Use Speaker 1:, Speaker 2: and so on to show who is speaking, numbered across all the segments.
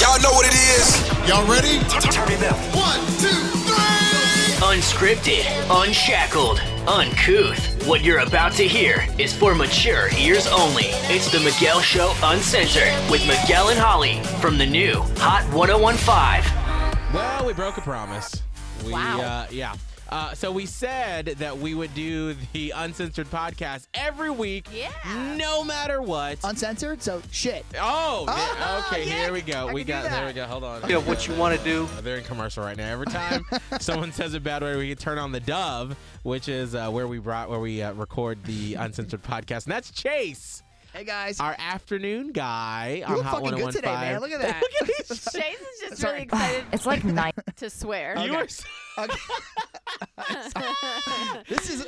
Speaker 1: Y'all know what it is.
Speaker 2: Y'all ready?
Speaker 3: Turn it up.
Speaker 2: One, two, three.
Speaker 4: Unscripted, unshackled, uncouth. What you're about to hear is for mature ears only. It's The Miguel Show Uncensored with Miguel and Holly from the new Hot 1015.
Speaker 5: Well, we broke a promise. We,
Speaker 6: Wow.
Speaker 5: Uh, yeah. Uh, so we said that we would do the uncensored podcast every week,
Speaker 6: Yeah.
Speaker 5: no matter what.
Speaker 7: Uh, Uncensored, so shit.
Speaker 5: oh,
Speaker 7: Ah,
Speaker 5: there- okay.
Speaker 7: yeah,
Speaker 5: Here we go.
Speaker 7: I
Speaker 5: we
Speaker 7: can do
Speaker 5: got. There
Speaker 7: that.
Speaker 5: we go. Hold on.
Speaker 8: You know what you want to do?
Speaker 5: Uh, They're in commercial right now. Every time someone says a bad word, we turn on the Dove, which is uh, where we brought where we uh, record the uncensored podcast, and that's Chase,
Speaker 7: Hey guys,
Speaker 5: our afternoon guy
Speaker 7: you
Speaker 5: on
Speaker 7: look
Speaker 5: Hot
Speaker 7: fucking good
Speaker 5: 1015.
Speaker 7: today, man. Look at that.
Speaker 6: Chase is just
Speaker 7: Sorry.
Speaker 6: really excited
Speaker 9: It's like night.
Speaker 6: to swear.
Speaker 5: You are so-
Speaker 7: this is.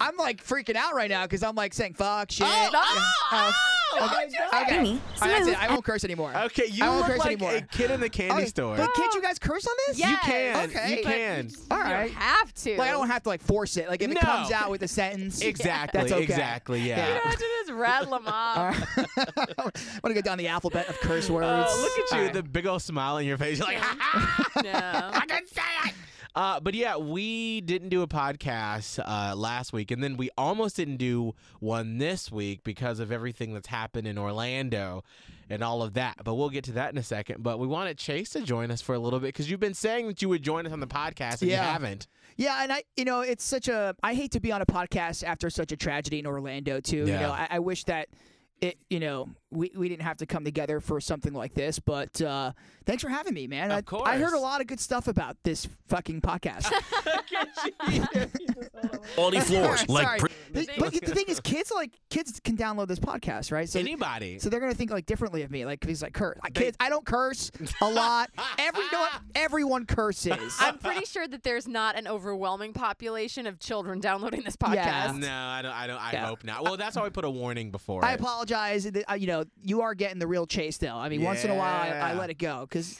Speaker 7: I'm like freaking out right now because I'm like saying fuck shit.
Speaker 6: Oh,
Speaker 7: Oh, okay. okay.
Speaker 9: Amy,
Speaker 7: All right, that's
Speaker 9: smooth.
Speaker 7: it. I won't curse anymore.
Speaker 5: okay. You
Speaker 7: I won't
Speaker 5: look
Speaker 7: curse
Speaker 5: like
Speaker 7: anymore.
Speaker 5: a kid in the candy
Speaker 7: Okay,
Speaker 5: store.
Speaker 7: But can't you guys curse on this?
Speaker 6: Yes.
Speaker 5: You can.
Speaker 7: Okay.
Speaker 5: You
Speaker 7: But
Speaker 5: can.
Speaker 7: All
Speaker 6: You
Speaker 7: right.
Speaker 6: don't have to.
Speaker 7: Like I don't have to like force it. Like if
Speaker 5: No.
Speaker 7: it comes out with a sentence,
Speaker 5: Exactly.
Speaker 7: that's okay.
Speaker 5: Exactly.
Speaker 6: You
Speaker 5: Yeah.
Speaker 6: don't have to just rattle them off.
Speaker 7: I want to go down the alphabet of curse words.
Speaker 5: Oh, look at you,
Speaker 7: All right.
Speaker 5: the big old smile on your face. You're like, ha ha.
Speaker 6: No.
Speaker 5: Uh, but yeah, we didn't do a podcast uh, last week, and then we almost didn't do one this week because of everything that's happened in Orlando and all of that. But we'll get to that in a second. But we wanted Chase to join us for a little bit because you've been saying that you would join us on the podcast, and you
Speaker 7: Yeah.
Speaker 5: haven't.
Speaker 7: Yeah, and I, you know, it's such a. I hate to be on a podcast after such a tragedy in Orlando, too. You
Speaker 5: Yeah.
Speaker 7: know, I, I wish that it, you know, we, we didn't have to come together for something like this. But uh, thanks for having me, man.
Speaker 5: Of
Speaker 7: I, I heard a
Speaker 5: course.
Speaker 7: lot of good stuff about this fucking podcast.
Speaker 3: Quality floors like
Speaker 7: Sorry. The- but the thing is, kids like kids can download this podcast, right? So.
Speaker 5: Anybody?
Speaker 7: so they're gonna think like differently of me, like he's like curse. I, kids, I don't curse a lot. Every you know what? everyone curses.
Speaker 6: I'm pretty sure that there's not an overwhelming population of children downloading this podcast.
Speaker 7: Yeah.
Speaker 5: no, I don't. I don't. I
Speaker 7: Yeah.
Speaker 5: hope not. Well, that's why we put a warning before.
Speaker 7: I
Speaker 5: it.
Speaker 7: apologize. that, uh, You know, you are getting the real chase, though. I mean, once in a while, I, I
Speaker 5: Yeah.
Speaker 7: let it go because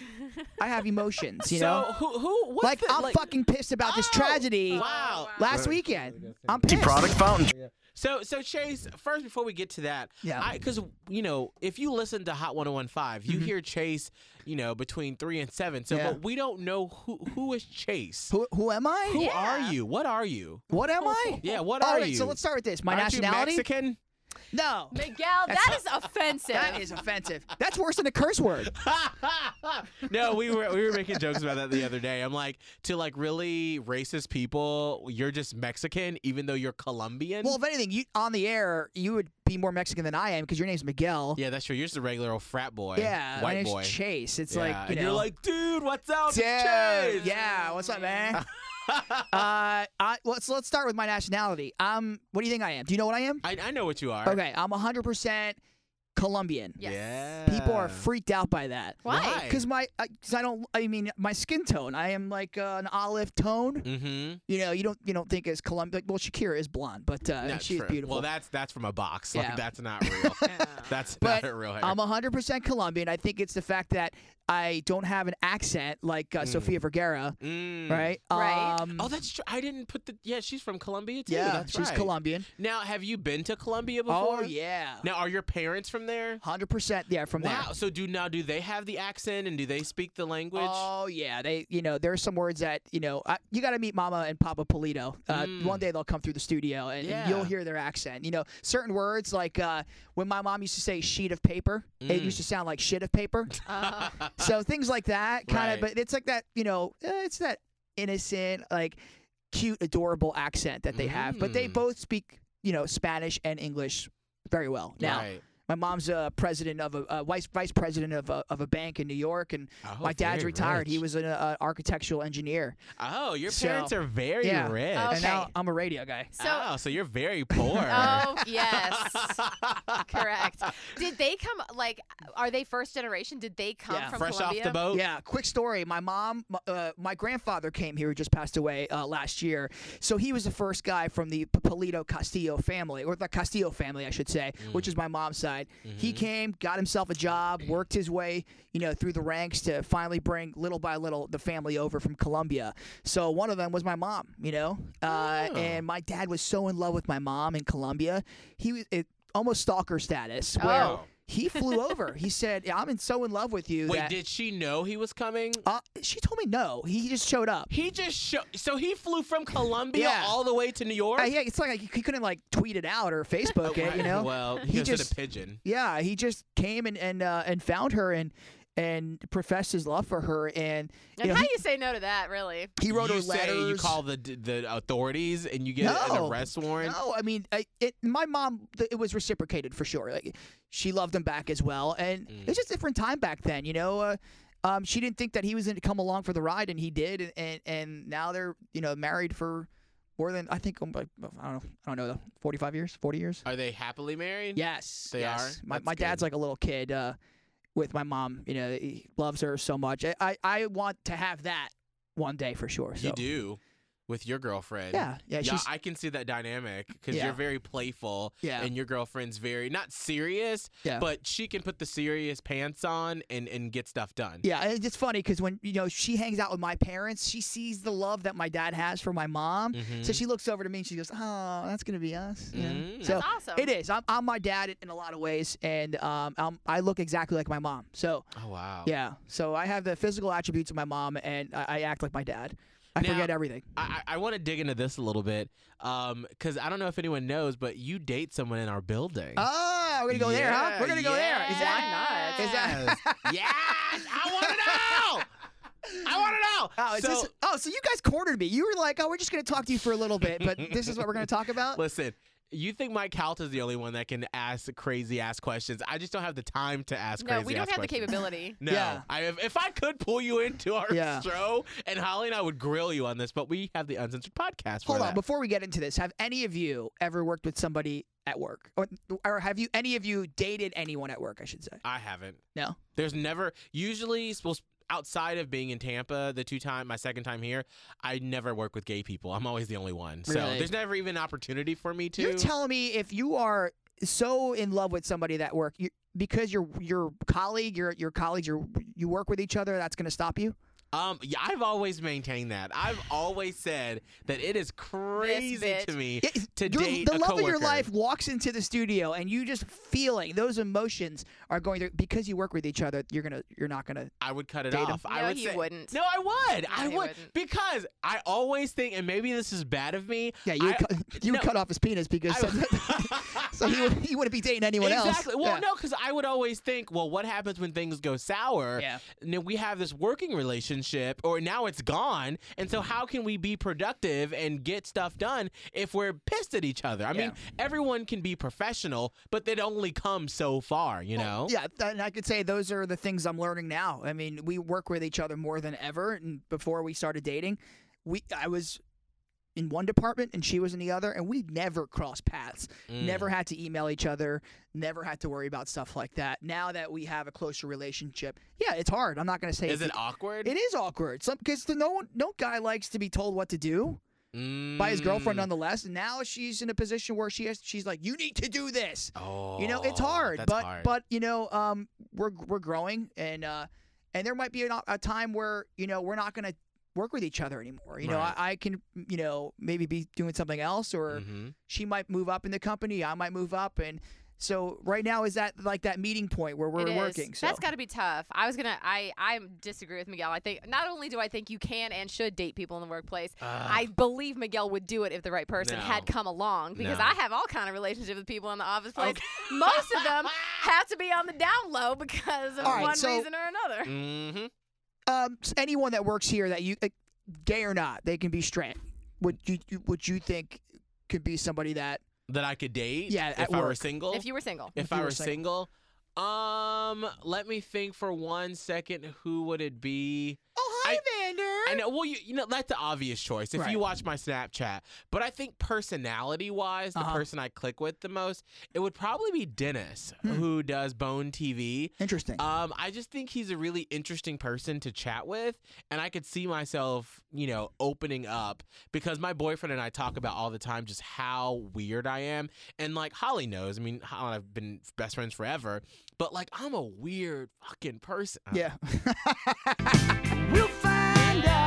Speaker 7: I have emotions. You
Speaker 5: so
Speaker 7: know,
Speaker 5: who? Who? What?
Speaker 7: like
Speaker 5: the- Oh,
Speaker 7: I'm fucking pissed about this tragedy
Speaker 5: Wow.
Speaker 7: last weekend. I'm pissed.
Speaker 3: fountain.
Speaker 5: So, so Chase, first before we get to that,
Speaker 7: Yeah.
Speaker 5: because you know, if you listen to Hot 1015, you hear Chase, you know, between three and seven. So,
Speaker 7: Mm-hmm. Yeah.
Speaker 5: but we don't know who who is Chase.
Speaker 7: Who, who am I?
Speaker 5: Who are you? What are you?
Speaker 7: What am I?
Speaker 5: Yeah, what
Speaker 7: All
Speaker 5: are
Speaker 7: right,
Speaker 5: you?
Speaker 7: so let's start with this. My
Speaker 5: Aren't you
Speaker 7: nationality?
Speaker 5: Mexican?
Speaker 7: No,
Speaker 6: Miguel, that is offensive.
Speaker 7: that is offensive. That's worse than a curse word.
Speaker 5: no, we were we were making jokes about that the other day. I'm like, to like really racist people, you're just Mexican, even though you're Colombian.
Speaker 7: Well, if anything, you on the air, you would be more Mexican than I am because your name's Miguel.
Speaker 5: yeah, that's true. You're just a regular old frat boy.
Speaker 7: Yeah, my
Speaker 5: white
Speaker 7: name's
Speaker 5: boy.
Speaker 7: Chase. It's
Speaker 5: Yeah,
Speaker 7: like you
Speaker 5: and
Speaker 7: know,
Speaker 5: you're like, dude, what's up,
Speaker 7: Dude,
Speaker 5: Chase?
Speaker 7: Yeah, what's up, man? uh, I, well, so let's start with my nationality. Um, what do you think I am? Do you know what I am?
Speaker 5: I, I know what you are.
Speaker 7: Okay, I'm 100% Colombian.
Speaker 6: Yes.
Speaker 7: People are freaked out by that.
Speaker 6: Why?
Speaker 5: Why?
Speaker 7: Because my, I, cause I don't. I mean, my skin tone. I am like uh, an olive tone.
Speaker 5: Mm-hmm.
Speaker 7: You know, you don't. You don't think as Colombian. Like, well, Shakira is blonde, but uh,
Speaker 5: That's
Speaker 7: she's
Speaker 5: true.
Speaker 7: beautiful.
Speaker 5: Well, that's that's from a box. Like
Speaker 7: Yeah.
Speaker 5: that's not real. that's
Speaker 7: But
Speaker 5: not real hair.
Speaker 7: I'm 100% Colombian. I think it's the fact that I don't have an accent like uh, Sofia Vergara,
Speaker 5: Mm.
Speaker 7: right?
Speaker 6: Right.
Speaker 7: Um,
Speaker 5: Oh, that's true. I didn't put the. Yeah, she's from Colombia too.
Speaker 7: yeah,
Speaker 5: that's
Speaker 7: she's
Speaker 5: right.
Speaker 7: Colombian.
Speaker 5: Now, have you been to Colombia before?
Speaker 7: Oh yeah.
Speaker 5: Now, are your parents from there?
Speaker 7: Hundred percent, yeah, from
Speaker 5: wow.
Speaker 7: there.
Speaker 5: So do now do they have the accent and do they speak the language?
Speaker 7: Oh yeah, they you know there's some words that you know I, you got to meet Mama and Papa Polito. Uh,
Speaker 5: Mm.
Speaker 7: One day they'll come through the studio and, and
Speaker 5: Yeah.
Speaker 7: you'll hear their accent. You know certain words like uh, when my mom used to say sheet of paper, it
Speaker 5: Mm.
Speaker 7: used to sound like shit of paper.
Speaker 6: Uh,
Speaker 7: so things like that, kind
Speaker 5: Right.
Speaker 7: of. But it's like that you know eh, it's that innocent like cute adorable accent that they have. But they
Speaker 5: Mm.
Speaker 7: both speak you know Spanish and English very well now.
Speaker 5: Right.
Speaker 7: My mom's uh, president of a uh, vice vice president of a, of a bank in New York, and
Speaker 5: Oh,
Speaker 7: my dad's
Speaker 5: very
Speaker 7: retired. He
Speaker 5: rich.
Speaker 7: was an uh, architectural engineer,
Speaker 5: Oh, your
Speaker 7: So-
Speaker 5: parents are very
Speaker 7: yeah.
Speaker 5: rich.
Speaker 6: Okay.
Speaker 7: and now I'm a radio guy.
Speaker 6: so,
Speaker 5: oh, so you're very poor.
Speaker 6: oh, yes. Correct. Did they come, like, are they first generation? Did they come
Speaker 7: Yeah.
Speaker 6: from
Speaker 5: Fresh
Speaker 6: Colombia?
Speaker 5: off the boat.
Speaker 7: Yeah, quick story. My mom, my, uh, my grandfather came here, who just passed away uh, last year. So he was the first guy from the P- Polito Castillo family, or the Castillo family, I should say,
Speaker 5: Mm.
Speaker 7: which is my mom's side. He
Speaker 5: Mm-hmm.
Speaker 7: came, got himself a job, worked his way, you know, through the ranks to finally bring little by little the family over from Colombia. So one of them was my mom, you know,
Speaker 5: Ah.
Speaker 7: uh, and my dad was so in love with my mom in Colombia. He was it, almost stalker status, where
Speaker 6: Oh.
Speaker 7: He flew over. He said, "Yeah, "I'm in so in love with you."
Speaker 5: Wait,
Speaker 7: that,
Speaker 5: did she know he was coming?
Speaker 7: uh, she told me no. He just showed up.
Speaker 5: He just showed. So he flew from Columbia
Speaker 7: Yeah.
Speaker 5: all the way to New York.
Speaker 7: Uh, yeah, it's like, like he couldn't like tweet it out or Facebook it, you know.
Speaker 5: Well,
Speaker 7: He
Speaker 5: he, just said
Speaker 7: just-
Speaker 5: a pigeon.
Speaker 7: Yeah, he just came and and uh, and found her and and professed his love for her and you
Speaker 6: And
Speaker 7: know,
Speaker 6: how
Speaker 7: he,
Speaker 6: you say no to that, really?
Speaker 7: he wrote
Speaker 5: you
Speaker 7: her
Speaker 5: say
Speaker 7: letters.
Speaker 5: you call the the authorities and you get an
Speaker 7: No.
Speaker 5: arrest warrant.
Speaker 7: No, I mean, I, it, my mom, th- it was reciprocated for sure. Like, she loved him back as well, and
Speaker 5: Mm.
Speaker 7: it was just a different time back then, you know. Uh, um, she didn't think that he was going to come along for the ride, and he did, and and now they're you know married for more than I think um, like, I don't know, I don't know, forty five years, forty years.
Speaker 5: Are they happily married?
Speaker 7: Yes,
Speaker 5: They
Speaker 7: yes.
Speaker 5: are?
Speaker 7: My
Speaker 5: That's
Speaker 7: my dad's
Speaker 5: good.
Speaker 7: like a little kid uh, with my mom. You know, he loves her so much. I, I, I want to have that one day for sure. So.
Speaker 5: You do with your girlfriend.
Speaker 7: Yeah, yeah,
Speaker 5: Yeah,
Speaker 7: she's-
Speaker 5: I can see that dynamic because
Speaker 7: Yeah.
Speaker 5: you're very playful,
Speaker 7: Yeah.
Speaker 5: and your girlfriend's very not serious,
Speaker 7: Yeah.
Speaker 5: but she can put the serious pants on and and get stuff done.
Speaker 7: Yeah, and it's funny because when you know she hangs out with my parents, she sees the love that my dad has for my mom. So she looks over to me and she goes, "Oh, that's gonna be us." you know?
Speaker 5: Mm-hmm. Mm.
Speaker 7: So
Speaker 6: That's awesome.
Speaker 7: It is. I'm, I'm my dad in a lot of ways, and um, I'm, I look exactly like my mom. So
Speaker 5: Oh wow.
Speaker 7: yeah, so I have the physical attributes of my mom, and I, I act like my dad. I
Speaker 5: Now-
Speaker 7: forget everything.
Speaker 5: I, I want to dig into this a little bit because I don't know if anyone knows, but you date someone in our building.
Speaker 7: Oh, we're gonna go there, huh?
Speaker 5: Yeah,
Speaker 7: We're gonna go there. Is that
Speaker 6: yeah.
Speaker 7: Is that?
Speaker 5: yes, I want to know. I want to know.
Speaker 7: Oh, is
Speaker 5: so,
Speaker 7: this, oh, so you guys cornered me. You were like, "Oh, we're just gonna talk to you for a little bit, but this is what we're gonna talk about."
Speaker 5: listen. You think Mike Halt is the only one that can ask crazy ass questions? I just don't have the time to ask
Speaker 6: No,
Speaker 5: crazy
Speaker 6: we don't
Speaker 5: ass
Speaker 6: have the
Speaker 5: questions.
Speaker 6: capability.
Speaker 5: No,
Speaker 7: Yeah.
Speaker 5: I, if, if I could pull you into our
Speaker 7: Yeah.
Speaker 5: show, and Holly and I would grill you on this, but we have the uncensored podcast. For
Speaker 7: Hold on,
Speaker 5: that.
Speaker 7: before we get into this, have any of you ever worked with somebody at work, or, or have you any of you dated anyone at work? I should say.
Speaker 5: I haven't.
Speaker 7: No.
Speaker 5: There's never usually well, outside of being in Tampa, the two time my second time here, I never work with gay people. I'm always the only one. So
Speaker 7: Really?
Speaker 5: there's never even an opportunity for me to.
Speaker 7: You're telling me if you are so in love with somebody at work, you, because your your colleague, your your colleagues, your you work with each other, that's going to stop you?
Speaker 5: um, yeah, I've always maintained that. I've always said that it is crazy
Speaker 6: bitch.
Speaker 5: to me
Speaker 7: Yeah,
Speaker 5: to
Speaker 7: your-
Speaker 5: date
Speaker 7: the
Speaker 5: a
Speaker 7: love of your
Speaker 5: coworker.
Speaker 7: life walks into the studio, and you just feeling those emotions are going through because you work with each other. You're gonna, you're not gonna.
Speaker 5: I would cut it
Speaker 7: Date 'em.
Speaker 5: off. I
Speaker 6: No,
Speaker 5: would
Speaker 6: you
Speaker 5: say-
Speaker 6: wouldn't.
Speaker 5: No, I would. I
Speaker 6: you
Speaker 5: would
Speaker 6: wouldn't.
Speaker 5: because I always think, and maybe this is bad of me.
Speaker 7: Yeah, you would
Speaker 5: I-
Speaker 7: cut, you would
Speaker 5: no.
Speaker 7: cut off his penis because
Speaker 5: I-
Speaker 7: so- so he would, he wouldn't be dating anyone
Speaker 5: exactly.
Speaker 7: else.
Speaker 5: Well,
Speaker 7: Yeah.
Speaker 5: no, because I would always think, well, what happens when things go sour?
Speaker 7: Yeah.
Speaker 5: And then we have this working relationship, or now it's gone, and so how can we be productive and get stuff done if we're pissed at each other? I mean, everyone can be professional, but they'd only come so far, you know.
Speaker 7: Yeah, th- and I could say those are the things I'm learning now. I mean, we work with each other more than ever, and before we started dating, we I was in one department and she was in the other, and we never crossed paths.
Speaker 5: Mm.
Speaker 7: Never had to email each other. Never had to worry about stuff like that. Now that we have a closer relationship, yeah, it's hard. I'm not going to say
Speaker 5: Is
Speaker 7: it's-
Speaker 5: it awkward?
Speaker 7: It is awkward. Some because no one, no guy likes to be told what to do by his girlfriend.
Speaker 5: Mm.
Speaker 7: Nonetheless, now she's in a position where she has, she's like, you need to do this.
Speaker 5: Oh,
Speaker 7: You know, it's hard,
Speaker 5: that's
Speaker 7: but
Speaker 5: hard.
Speaker 7: but you know, um, we're we're growing, and uh, and there might be an, o- a time where you know we're not gonna work with each other anymore. You know, I,
Speaker 5: Right.
Speaker 7: I can you know maybe be doing something else, or
Speaker 5: Mhm.
Speaker 7: she might move up in the company, I might move up, and so right now is that like that meeting point where we're
Speaker 6: It is.
Speaker 7: working. So
Speaker 6: That's got to be tough. I was gonna. I I disagree with Miguel. I think not only do I think you can and should date people in the workplace. I believe Miguel would do it if the right person
Speaker 5: No.
Speaker 6: had come along because
Speaker 5: No.
Speaker 6: I have all kind of relationships with people in the office place. Most of them have to be on the down low because of
Speaker 7: All right,
Speaker 6: one
Speaker 7: so-
Speaker 6: reason or another.
Speaker 5: Mhm.
Speaker 7: um, s- anyone that works here that you, uh, gay or not, they can be straight. Would you, you would you think could be somebody that?
Speaker 5: That I could date.
Speaker 7: Yeah,
Speaker 5: if
Speaker 7: at
Speaker 5: I were
Speaker 7: work.
Speaker 5: single.
Speaker 6: If you were single,
Speaker 5: if
Speaker 7: you
Speaker 5: I
Speaker 7: were
Speaker 5: were single. Um, let me think for one second. Who would it be?
Speaker 7: Oh
Speaker 5: hi,
Speaker 7: Vander.
Speaker 5: I know. uh, Well, you, you know that's the obvious choice if
Speaker 7: Right.
Speaker 5: you watch my Snapchat. But I think personality wise, the
Speaker 7: Uh-huh.
Speaker 5: person I click with the most, it would probably be Dennis,
Speaker 7: Hmm.
Speaker 5: who does Bone TV.
Speaker 7: Interesting.
Speaker 5: Um, I just think he's a really interesting person to chat with, and I could see myself, you know, opening up because my boyfriend and I talk about all the time just how weird I am, and like Holly knows. I mean, Holly and I've been best friends forever, but like I'm a weird fucking person.
Speaker 7: yeah.
Speaker 5: We'll find out.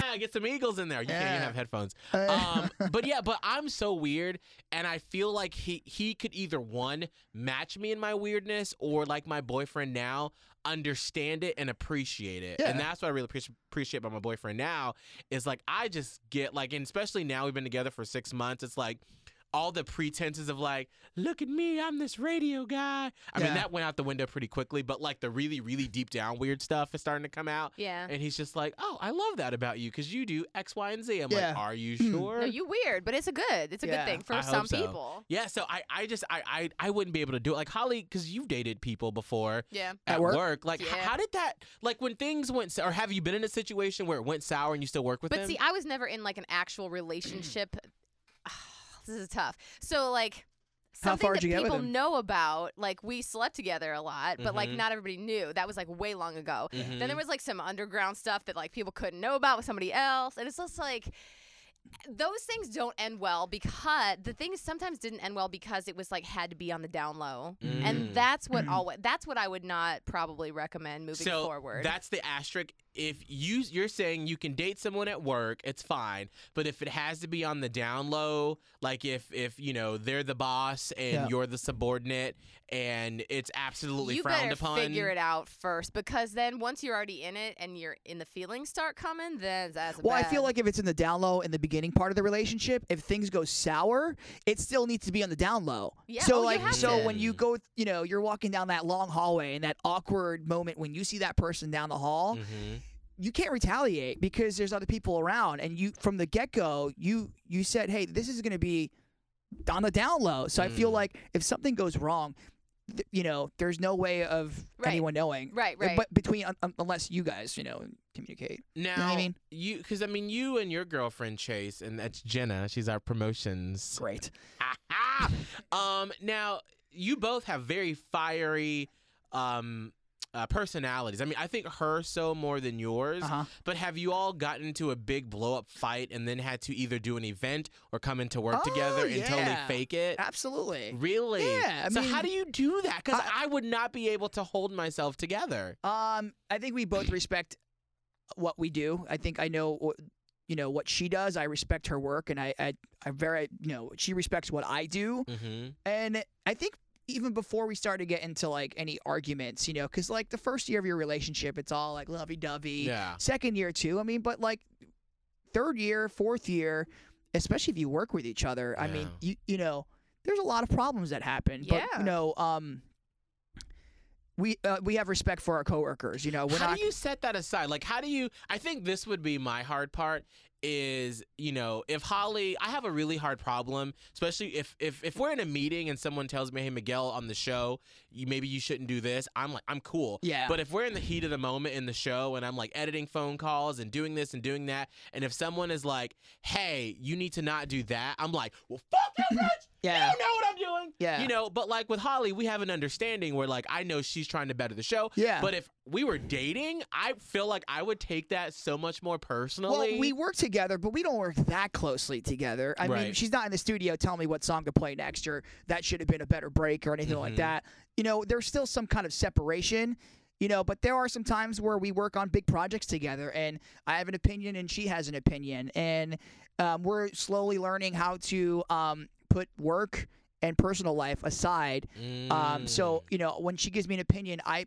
Speaker 5: Yeah, get some Eagles in there. You can't even
Speaker 7: Yeah.
Speaker 5: have headphones.
Speaker 7: Uh,
Speaker 5: Um, but yeah, but I'm so weird, and I feel like he he could either one match me in my weirdness, or like my boyfriend now understand it and appreciate it. And
Speaker 7: Yeah.
Speaker 5: that's what I really appreci- appreciate about my boyfriend now is like I just get like, and especially now we've been together for six months. It's like. All the pretenses of like, look at me, I'm this radio guy. I mean,
Speaker 7: Yeah.
Speaker 5: that went out the window pretty quickly, but like the really, really deep down weird stuff is starting to come out.
Speaker 6: Yeah.
Speaker 5: And he's just like, "Oh, I love that about you because you do X, Y, and Z." I'm
Speaker 7: Yeah.
Speaker 5: like, "Are you
Speaker 7: Hmm.
Speaker 5: sure?"
Speaker 6: No, you weird, but it's a good. It's a
Speaker 7: Yeah,
Speaker 6: good thing for
Speaker 5: I hope
Speaker 6: some
Speaker 5: so.
Speaker 6: people.
Speaker 5: yeah. So I, I just, I, I, I wouldn't be able to do it. Like Holly, because you've dated people before
Speaker 6: Yeah.
Speaker 5: at,
Speaker 7: At
Speaker 5: work.
Speaker 7: work?
Speaker 5: Like, h-
Speaker 6: Yeah.
Speaker 5: how did that? Like, when things went, s- or have you been in a situation where it went sour and you still work with
Speaker 6: But
Speaker 5: them?
Speaker 6: see, I was never in like an actual relationship. Ah, this is tough. So like
Speaker 7: How
Speaker 6: something
Speaker 7: far'd
Speaker 6: that
Speaker 7: you get with
Speaker 6: people
Speaker 7: him? Mm-hmm.
Speaker 6: know about, like we slept together a lot, but like
Speaker 5: Mhm.
Speaker 6: not everybody knew. That was like way long ago. Then
Speaker 5: Mhm.
Speaker 6: there was like some underground stuff that like people couldn't know about with somebody else, and it's just like those things don't end well because the things sometimes didn't end well because it was like had to be on the down low.
Speaker 5: Mm.
Speaker 6: And that's what
Speaker 7: Mm-hmm.
Speaker 6: always that's what I would not probably recommend moving
Speaker 5: so
Speaker 6: forward.
Speaker 5: that's the asterisk. If you you're saying you can date someone at work, it's fine. But if it has to be on the down low, like if if you know they're the boss and
Speaker 7: Yeah.
Speaker 5: you're the subordinate, and it's absolutely
Speaker 6: you
Speaker 5: frowned
Speaker 6: better
Speaker 5: upon.
Speaker 6: figure it out first because then once you're already in it and you're in the feelings start coming, then that's
Speaker 7: Well, I feel
Speaker 6: bad.
Speaker 7: like if it's in the down low in the beginning part of the relationship, if things go sour, it still needs to be on the down low.
Speaker 6: Yeah,
Speaker 7: So
Speaker 6: oh, you
Speaker 7: like
Speaker 6: have
Speaker 7: so
Speaker 5: to.
Speaker 7: when you go, you know, you're walking down that long hallway and that awkward moment when you see that person down the hall,
Speaker 5: Mhm.
Speaker 7: you can't retaliate because there's other people around and you from the get-go, you you said, "Hey, this is going to be on the down low." So I feel
Speaker 5: Mm.
Speaker 7: like if something goes wrong, th- you know, there's no way of
Speaker 6: Right.
Speaker 7: anyone knowing.
Speaker 6: right, right.
Speaker 7: But between un- un- unless you guys, you know, communicate.
Speaker 5: Now,
Speaker 7: what I mean?
Speaker 5: you because I mean, you and your girlfriend Chase, and that's Jenna. She's our promotions.
Speaker 7: Great.
Speaker 5: um, now you both have very fiery, um, uh, personalities. I mean, I think her so more than yours.
Speaker 7: Uh-huh.
Speaker 5: But have you all gotten into a big blow up fight and then had to either do an event or come into work
Speaker 7: Oh,
Speaker 5: together and totally
Speaker 7: yeah.
Speaker 5: fake it?
Speaker 7: Absolutely.
Speaker 5: Really?
Speaker 7: Yeah, I
Speaker 5: so
Speaker 7: mean-
Speaker 5: how do you do that? Because
Speaker 7: I-
Speaker 5: I, would not be able to hold myself together.
Speaker 7: Um, I think we both respect what we do. I think I know, what, you know, what she does. I respect her work, and I, I, I very, you know, she respects what I do.
Speaker 5: Mm-hmm.
Speaker 7: And I think even before we started getting into like any arguments, you know, because like the first year of your relationship, it's all like lovey dovey.
Speaker 5: Yeah.
Speaker 7: Second year too. I mean, but like third year, fourth year, especially if you work with each other. I mean, you you know, there's a lot of problems that happen. But
Speaker 6: Yeah.
Speaker 7: you know, um. We, uh, we have respect for our coworkers. You know, we're
Speaker 5: how
Speaker 7: not
Speaker 5: do you set that aside? Like, how do you? I think this would be my hard part. Is you know, if Holly, I have a really hard problem, especially if if if we're in a meeting and someone tells me, "Hey, Miguel, on the show, you, maybe you shouldn't do this." I'm like, I'm cool.
Speaker 7: Yeah.
Speaker 5: But if we're in the heat of the moment in the show and I'm like editing phone calls and doing this and doing that, and if someone is like, "Hey, you need to not do that," I'm like, "Well, fuck you, bitch."
Speaker 7: Yeah.
Speaker 5: You know what I'm doing.
Speaker 7: Yeah.
Speaker 5: You know, but like with Holly, we have an understanding where like I know she's trying to better the show.
Speaker 7: Yeah.
Speaker 5: But if we were dating, I feel like I would take that so much more
Speaker 7: Well,
Speaker 5: personally.
Speaker 7: we work together, but we don't work that closely together. I mean,
Speaker 5: Right.
Speaker 7: she's not in the studio telling me what song to play next or that should have been a better break or anything
Speaker 5: Mm-hmm.
Speaker 7: like that. You know, there's still some kind of separation, you know, but there are some times where we work on big projects together and I have an opinion and she has an opinion. And um, we're slowly learning how to um, put work and personal life aside
Speaker 5: Mm.
Speaker 7: um, so you know, when she gives me an opinion, I,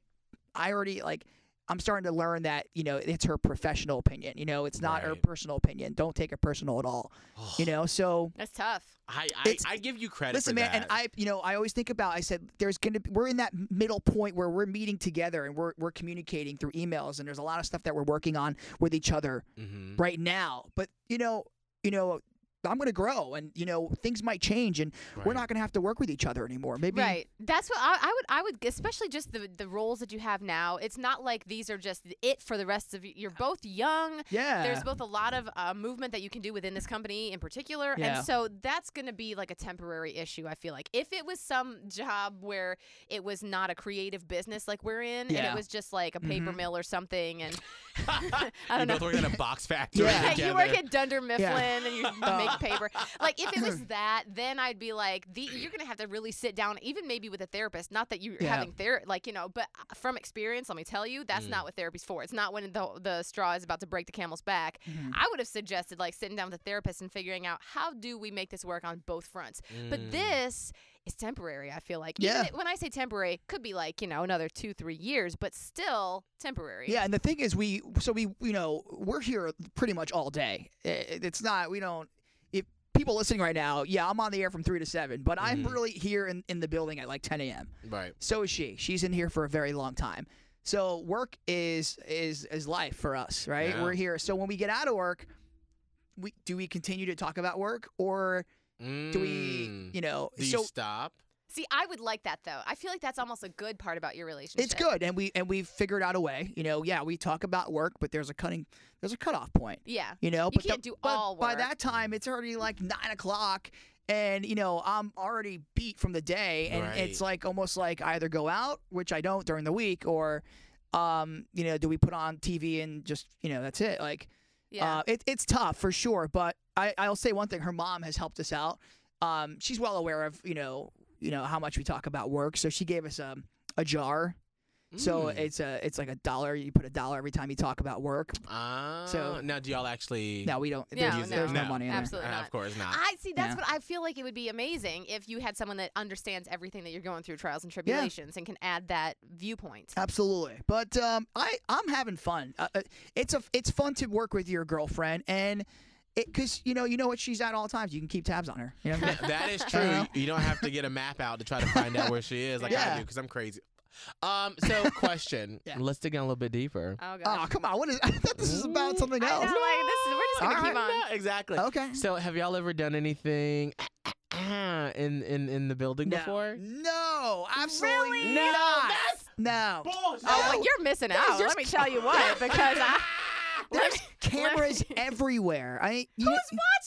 Speaker 7: I already like, I'm starting to learn that you know it's her professional opinion. You know, it's not her
Speaker 5: Right.
Speaker 7: personal opinion. Don't take it personal at all. you know, so
Speaker 6: that's tough.
Speaker 5: I I,
Speaker 7: it's-
Speaker 5: I give you credit.
Speaker 7: listen,
Speaker 5: for
Speaker 7: man, and
Speaker 5: that.
Speaker 7: I, you know, I always think about. I said there's gonna be, we're in that middle point where we're meeting together and we're we're communicating through emails and there's a lot of stuff that we're working on with each other
Speaker 5: Mhm.
Speaker 7: right now. But you know, you know. I'm gonna grow, and you know things might change, and we're
Speaker 5: Right.
Speaker 7: not gonna have to work with each other anymore. Maybe
Speaker 6: Right. That's what I, I would. I would, especially just the the roles that you have now. It's not like these are just it for the rest of you. You're both young.
Speaker 7: Yeah.
Speaker 6: There's both a lot of uh, movement that you can do within this company in particular,
Speaker 7: Yeah.
Speaker 6: and so that's going to be like a temporary issue. I feel like if it was some job where it was not a creative business like we're in, and
Speaker 7: Yeah.
Speaker 6: it was just like a paper
Speaker 7: Mhm.
Speaker 6: mill or something, and I
Speaker 5: you
Speaker 6: don't know.
Speaker 5: both work at a box factory
Speaker 7: Yeah.
Speaker 6: Yeah,
Speaker 5: together.
Speaker 6: you work at Dunder Mifflin
Speaker 7: Yeah.
Speaker 6: and you make paper. Like if it was that, then I'd be like, the, you're gonna have to really sit down, even maybe with a therapist. Not that you're
Speaker 7: Yeah.
Speaker 6: having therapy, like you know, but uh, from experience, let me tell you, that's not what therapy's for. It's not when the the straw is about to break the camel's back.
Speaker 7: Mm-hmm.
Speaker 6: I would have suggested like sitting down with a therapist and figuring out how do we make this work on both fronts.
Speaker 5: Mm.
Speaker 6: But this. is temporary, I feel like. Even
Speaker 7: Hmm. Yeah.
Speaker 6: it- when I say temporary, could be like, you know, another two, three years, but still temporary.
Speaker 7: Yeah, and the thing is, we so we you know we're here pretty much all day. I- It's not we don't. If people listening right now, yeah, I'm on the air from three to seven, but I'm
Speaker 5: Mm-hmm.
Speaker 7: really here in, in the building at like 10 a.m.
Speaker 5: right.
Speaker 7: So is she. She's in here for a very long time. So work is is is life for us, right?
Speaker 5: Yeah.
Speaker 7: We're here. So when we get out of work, we do we continue to talk about work or do we
Speaker 5: Mm.
Speaker 7: you know
Speaker 5: Do
Speaker 7: so
Speaker 5: you stop?
Speaker 6: See, I would like that though. I feel like that's almost a good part about your relationship.
Speaker 7: it's good and we and we figured out a way, you know, yeah, we talk about work, but there's a cutting there's a cutoff point.
Speaker 6: Yeah.
Speaker 7: You know,
Speaker 6: You
Speaker 7: but
Speaker 6: can't
Speaker 7: the-
Speaker 6: do
Speaker 7: but
Speaker 6: all
Speaker 7: by
Speaker 6: work.
Speaker 7: that time it's already like nine o'clock, and you know I'm already beat from the day, and it's
Speaker 5: Right.
Speaker 7: like almost like I either go out, which I don't during the week, or um, you know, do we put on TV and just you know that's it? Like,
Speaker 6: Yeah.
Speaker 7: uh, it, it's tough for sure, but I, I'll say one thing: her mom has helped us out. Um, she's well aware of you know you know how much we talk about work, so she gave us a a jar. So
Speaker 5: Mm. Hmm.
Speaker 7: it's a it's like a dollar. You put a dollar every time you talk about work.
Speaker 5: Ah.
Speaker 7: So-
Speaker 5: now, do y'all actually?
Speaker 7: No, we don't.
Speaker 6: No,
Speaker 7: there's,
Speaker 6: no,
Speaker 7: there's no,
Speaker 5: no,
Speaker 7: money in there.
Speaker 6: absolutely
Speaker 5: Uh,
Speaker 6: not.
Speaker 5: of course not.
Speaker 6: I see.
Speaker 7: Yeah.
Speaker 6: That's what I feel like. It would be amazing if you had someone that understands everything that you're going through, trials and tribulations, and can add that
Speaker 7: Uh,
Speaker 6: viewpoint.
Speaker 7: Absolutely, but um, I I'm having fun. Uh, uh, it's a it's fun to work with your girlfriend, and because you know you know what she's at all times. You can keep tabs on her. You know what I mean?
Speaker 5: that is true.
Speaker 7: know?
Speaker 5: You don't have to get a map out to try to find out where she is, like I
Speaker 7: Yeah.
Speaker 5: do, because I'm crazy. Um. So, question.
Speaker 7: Yeah.
Speaker 5: Let's dig in a little bit deeper.
Speaker 6: Oh god.
Speaker 7: oh come on! What is? I thought this was about something
Speaker 6: Mm, I know,
Speaker 7: else.
Speaker 6: like, this is, we're just gonna
Speaker 7: All
Speaker 6: keep on.
Speaker 5: Yeah, exactly.
Speaker 7: Okay.
Speaker 5: So, have y'all ever done anything in in in the building
Speaker 7: No.
Speaker 5: before?
Speaker 7: No, absolutely
Speaker 6: Really?
Speaker 7: not.
Speaker 6: No, that's
Speaker 7: no.
Speaker 6: Oh, well,
Speaker 7: No.
Speaker 6: you're missing
Speaker 7: Guys,
Speaker 6: out.
Speaker 7: there's
Speaker 6: Let me tell you what, because I,
Speaker 7: There's
Speaker 6: let me-
Speaker 7: cameras everywhere. I you
Speaker 6: who's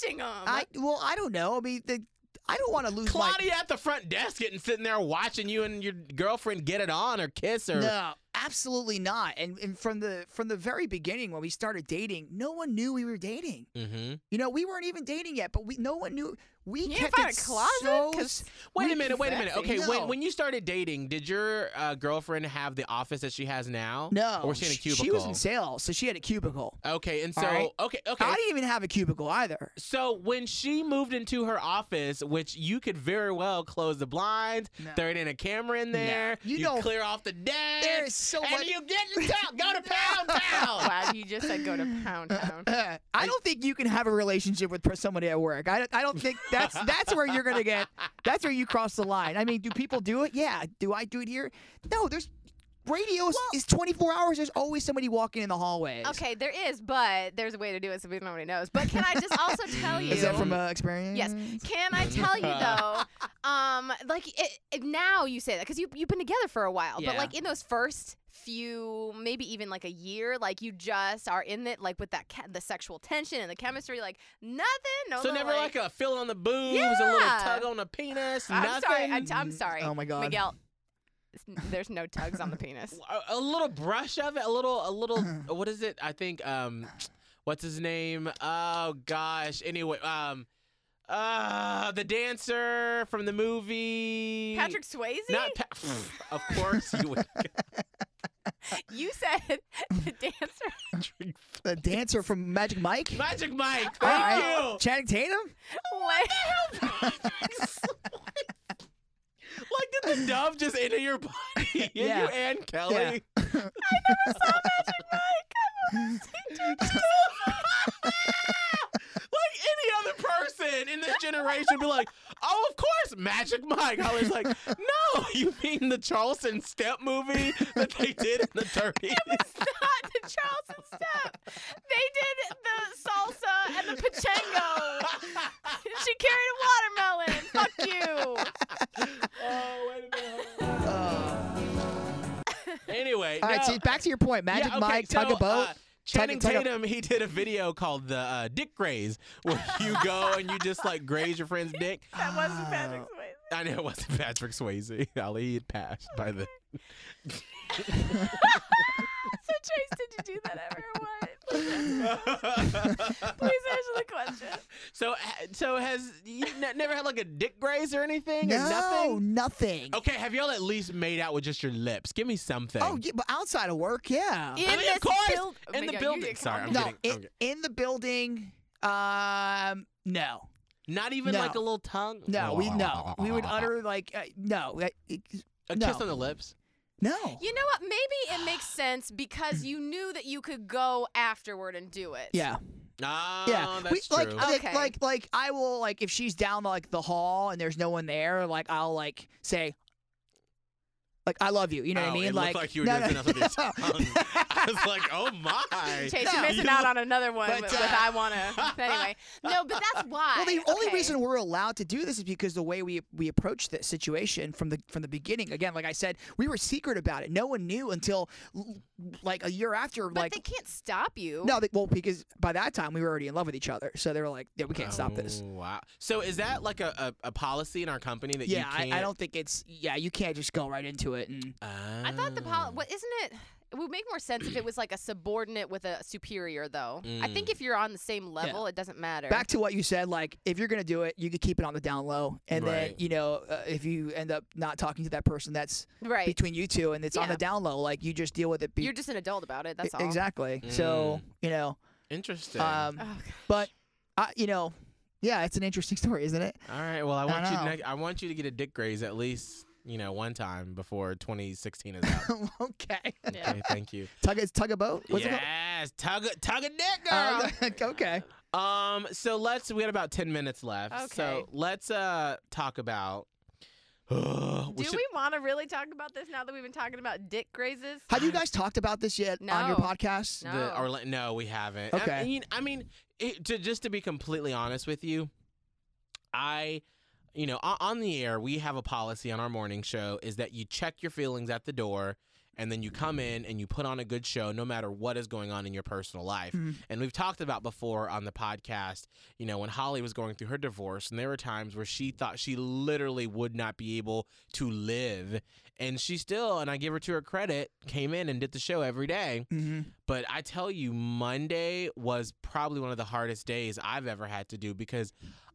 Speaker 6: watching them?
Speaker 7: I well I don't know. I mean the, I don't want to lose my
Speaker 5: Claudia at the front desk getting sitting there watching you and your girlfriend get it on or kiss or
Speaker 7: No, absolutely not. And, and from the from the very beginning when we started dating, no one knew we were dating.
Speaker 5: Mm-hmm.
Speaker 7: You know, we weren't even dating yet, but we no one knew. We
Speaker 6: You
Speaker 7: kept
Speaker 6: found
Speaker 7: it
Speaker 6: a closet?
Speaker 7: so.
Speaker 6: 'Cause-
Speaker 5: Wait
Speaker 7: we-
Speaker 5: a minute, wait a minute.
Speaker 7: Exactly.
Speaker 5: Okay, when,
Speaker 7: No.
Speaker 5: when you started dating, did your uh, girlfriend have the office that she has now?
Speaker 7: no,
Speaker 5: Or was she in a
Speaker 7: sh-
Speaker 5: cubicle?
Speaker 7: She was in sales, so she had a cubicle.
Speaker 5: Okay, and so,
Speaker 7: All right.
Speaker 5: okay, okay.
Speaker 7: I didn't even have a cubicle either.
Speaker 5: so when she moved into her office, which you could very well close the blinds,
Speaker 7: No.
Speaker 5: throw it in a camera in there,
Speaker 7: You don't-
Speaker 5: clear off the desk,
Speaker 7: There is so
Speaker 5: and
Speaker 7: much-
Speaker 5: you get in town, go to Pound Town.
Speaker 6: wow, you just said go to Pound Town.
Speaker 7: Uh, I don't think you can have a relationship with somebody at work. I, don't- I don't think that's that's where you're gonna get. That's where you cross the line. I mean, do people do it? Yeah. Do I do it here? No. There's radio is- is 24 hours. There's always somebody walking in the hallways.
Speaker 6: Okay, there is, but there's a way to do it so we- nobody knows. But can I just also tell you?
Speaker 7: Is that from uh, experience?
Speaker 6: Yes. Can I tell you though? Um, like it, it- now you say that because you you've been together for a while, but
Speaker 7: Yeah.
Speaker 6: like in those first few, maybe even like a year, like you just are in it, like with that ca- the sexual tension and the chemistry, like nothing. No,
Speaker 5: So
Speaker 6: no,
Speaker 5: never like a fill on the boobs, a little
Speaker 6: Yeah.
Speaker 5: tug on the penis,
Speaker 6: I'm
Speaker 5: nothing.
Speaker 6: sorry. I'm, t- I'm sorry.
Speaker 7: Oh my God.
Speaker 6: Miguel. it's- There's no tugs on the penis.
Speaker 5: a, a little brush of it, a little, a little. what is it? I think. Um, what's his name? Oh gosh. Anyway, um, uh, the dancer from the movie.
Speaker 6: Patrick Swayze?
Speaker 5: Not pa- of course you would.
Speaker 6: you said the dancer.
Speaker 5: Patrick.
Speaker 7: The dancer from Magic Mike.
Speaker 5: Magic Mike. Thank
Speaker 7: All
Speaker 5: you.
Speaker 7: right. Channing Tatum.
Speaker 6: What?
Speaker 5: Like did the dove just enter your body? Yeah. You
Speaker 7: Yeah.
Speaker 5: and Kelly. like any other person in this generation would be like, oh, of course, Magic Mike. I was like, no, you mean the Charleston Step movie that they did in the 30s?
Speaker 6: not the Charleston step. They did the salsa and the pachango. she carried a watermelon. Fuck you.
Speaker 5: oh, wait a minute. hold on. Uh, anyway.
Speaker 7: All right.
Speaker 5: no,
Speaker 7: So back to your point. Magic
Speaker 5: yeah, okay,
Speaker 7: Mike. tug
Speaker 5: so,
Speaker 7: a boat.
Speaker 5: uh, Channing
Speaker 7: tug a-
Speaker 5: Tatum, he did a video called the uh, Dick Graze, where you go and you just like graze your friend's dick.
Speaker 6: That wasn't Patrick Swayze.
Speaker 5: I know it wasn't Patrick Swayze. Ali had passed by the.
Speaker 6: So Trace, did you do that ever? What? Please answer- Please answer the question.
Speaker 5: So, uh, so has you ne- never had like a dick graze or anything? Or
Speaker 7: No,
Speaker 5: nothing?
Speaker 7: nothing.
Speaker 5: Okay, have y'all at least made out with just your lips? Give me something.
Speaker 7: Oh, yeah, but outside of work, yeah.
Speaker 6: In
Speaker 5: Uh, I mean,
Speaker 6: this
Speaker 5: of course,
Speaker 6: build-
Speaker 5: in
Speaker 6: Miguel,
Speaker 5: the
Speaker 6: you
Speaker 5: building.
Speaker 6: get
Speaker 5: Sorry, I'm
Speaker 6: calmed
Speaker 7: no,
Speaker 6: down.
Speaker 5: kidding.
Speaker 7: in,
Speaker 5: I'm kidding.
Speaker 7: in the building, um, no,
Speaker 5: Not even
Speaker 7: no.
Speaker 5: like a little tongue.
Speaker 7: no, we no, we would utter like uh, no, uh, it-
Speaker 5: a
Speaker 7: no.
Speaker 5: kiss on the lips.
Speaker 7: no.
Speaker 6: You know what? Maybe it makes sense because you knew that you could go afterward and do it.
Speaker 7: Yeah,
Speaker 5: Ah,
Speaker 7: yeah.
Speaker 5: that's
Speaker 7: we, like, uh,
Speaker 5: true.
Speaker 7: like,
Speaker 6: Okay.
Speaker 7: like, like, I will like if she's down like the hall and there's no one there, like I'll like say, like I love you. You know what
Speaker 5: Oh,
Speaker 7: I mean?
Speaker 5: It
Speaker 7: like
Speaker 5: looked like you were
Speaker 7: no,
Speaker 5: doing
Speaker 7: no,
Speaker 5: something with your
Speaker 7: no.
Speaker 5: tongue. I was like, oh my.
Speaker 6: Chase,
Speaker 7: No.
Speaker 6: you're missing
Speaker 5: You-
Speaker 6: out on another one
Speaker 5: but,
Speaker 6: with,
Speaker 5: uh,
Speaker 6: with I wanna. anyway, no, but that's why.
Speaker 7: Well, the only
Speaker 6: Okay.
Speaker 7: reason we're allowed to do this is because the way we we approached this situation from the from the beginning. Again, like I said, we were secret about it. No one knew until l- like a year after.
Speaker 6: But
Speaker 7: like
Speaker 6: they can't stop you.
Speaker 7: no, they, well, because by that time we were already in love with each other, so they were like, "Yeah, we can't stop this."
Speaker 5: Oh, Wow. So is that like a, a, a policy in our company that you
Speaker 7: Yeah, I,
Speaker 5: can't?
Speaker 7: I don't think it's. Yeah, you can't just go right into it. And
Speaker 5: Ah,
Speaker 6: I thought the pol. What isn't it? It would make more sense if it was like a subordinate with a superior, though. I think if you're on the same level, it doesn't matter.
Speaker 7: back to what you said, like if you're gonna do it, you could keep it on the down low, and then
Speaker 5: Right.
Speaker 7: you know uh, if you end up not talking to that person, that's
Speaker 6: right.
Speaker 7: between you two, and it's on
Speaker 6: Yeah.
Speaker 7: the down low. Like you just deal with it. Be- e,
Speaker 6: you're just an adult about it. That's all. Mm.
Speaker 7: exactly. So you know.
Speaker 5: Interesting.
Speaker 7: Um,
Speaker 6: Oh,
Speaker 7: But I, you know, yeah, it's an interesting story, isn't it?
Speaker 5: All right. Well, I want you.
Speaker 7: know.
Speaker 5: nec- I want you to get a dick graze at least you know one time before 2016 is out.
Speaker 7: okay.
Speaker 6: Yeah.
Speaker 5: okay, thank you.
Speaker 7: Tug a tug a boat. What's
Speaker 5: yes, tug a, tug a dick,
Speaker 7: it
Speaker 5: girl.
Speaker 7: called? Uh, okay.
Speaker 5: Um, so let's we had about ten minutes left.
Speaker 6: Okay.
Speaker 5: So let's uh talk about
Speaker 6: Do we want to really talk about this now that we've been talking about dick grazes?
Speaker 7: Have you guys talked about this yet on your
Speaker 6: No.
Speaker 7: podcast?
Speaker 6: No.
Speaker 5: the Orla- no, we haven't. I
Speaker 7: Okay.
Speaker 5: mean, I mean it, to just to be completely honest with you, I you know, on, on the air, we have a policy on our morning show is that you check your feelings at the door and then you come in and you put on a good show no matter what is going on in your personal life. And we've talked about before on the podcast, you know, when Holly was going through her divorce and there were times where she thought she literally would not be able to live and she still and I give her to her credit came in and did the show every day. But I tell you, Monday was probably one of the hardest days I've ever had to do because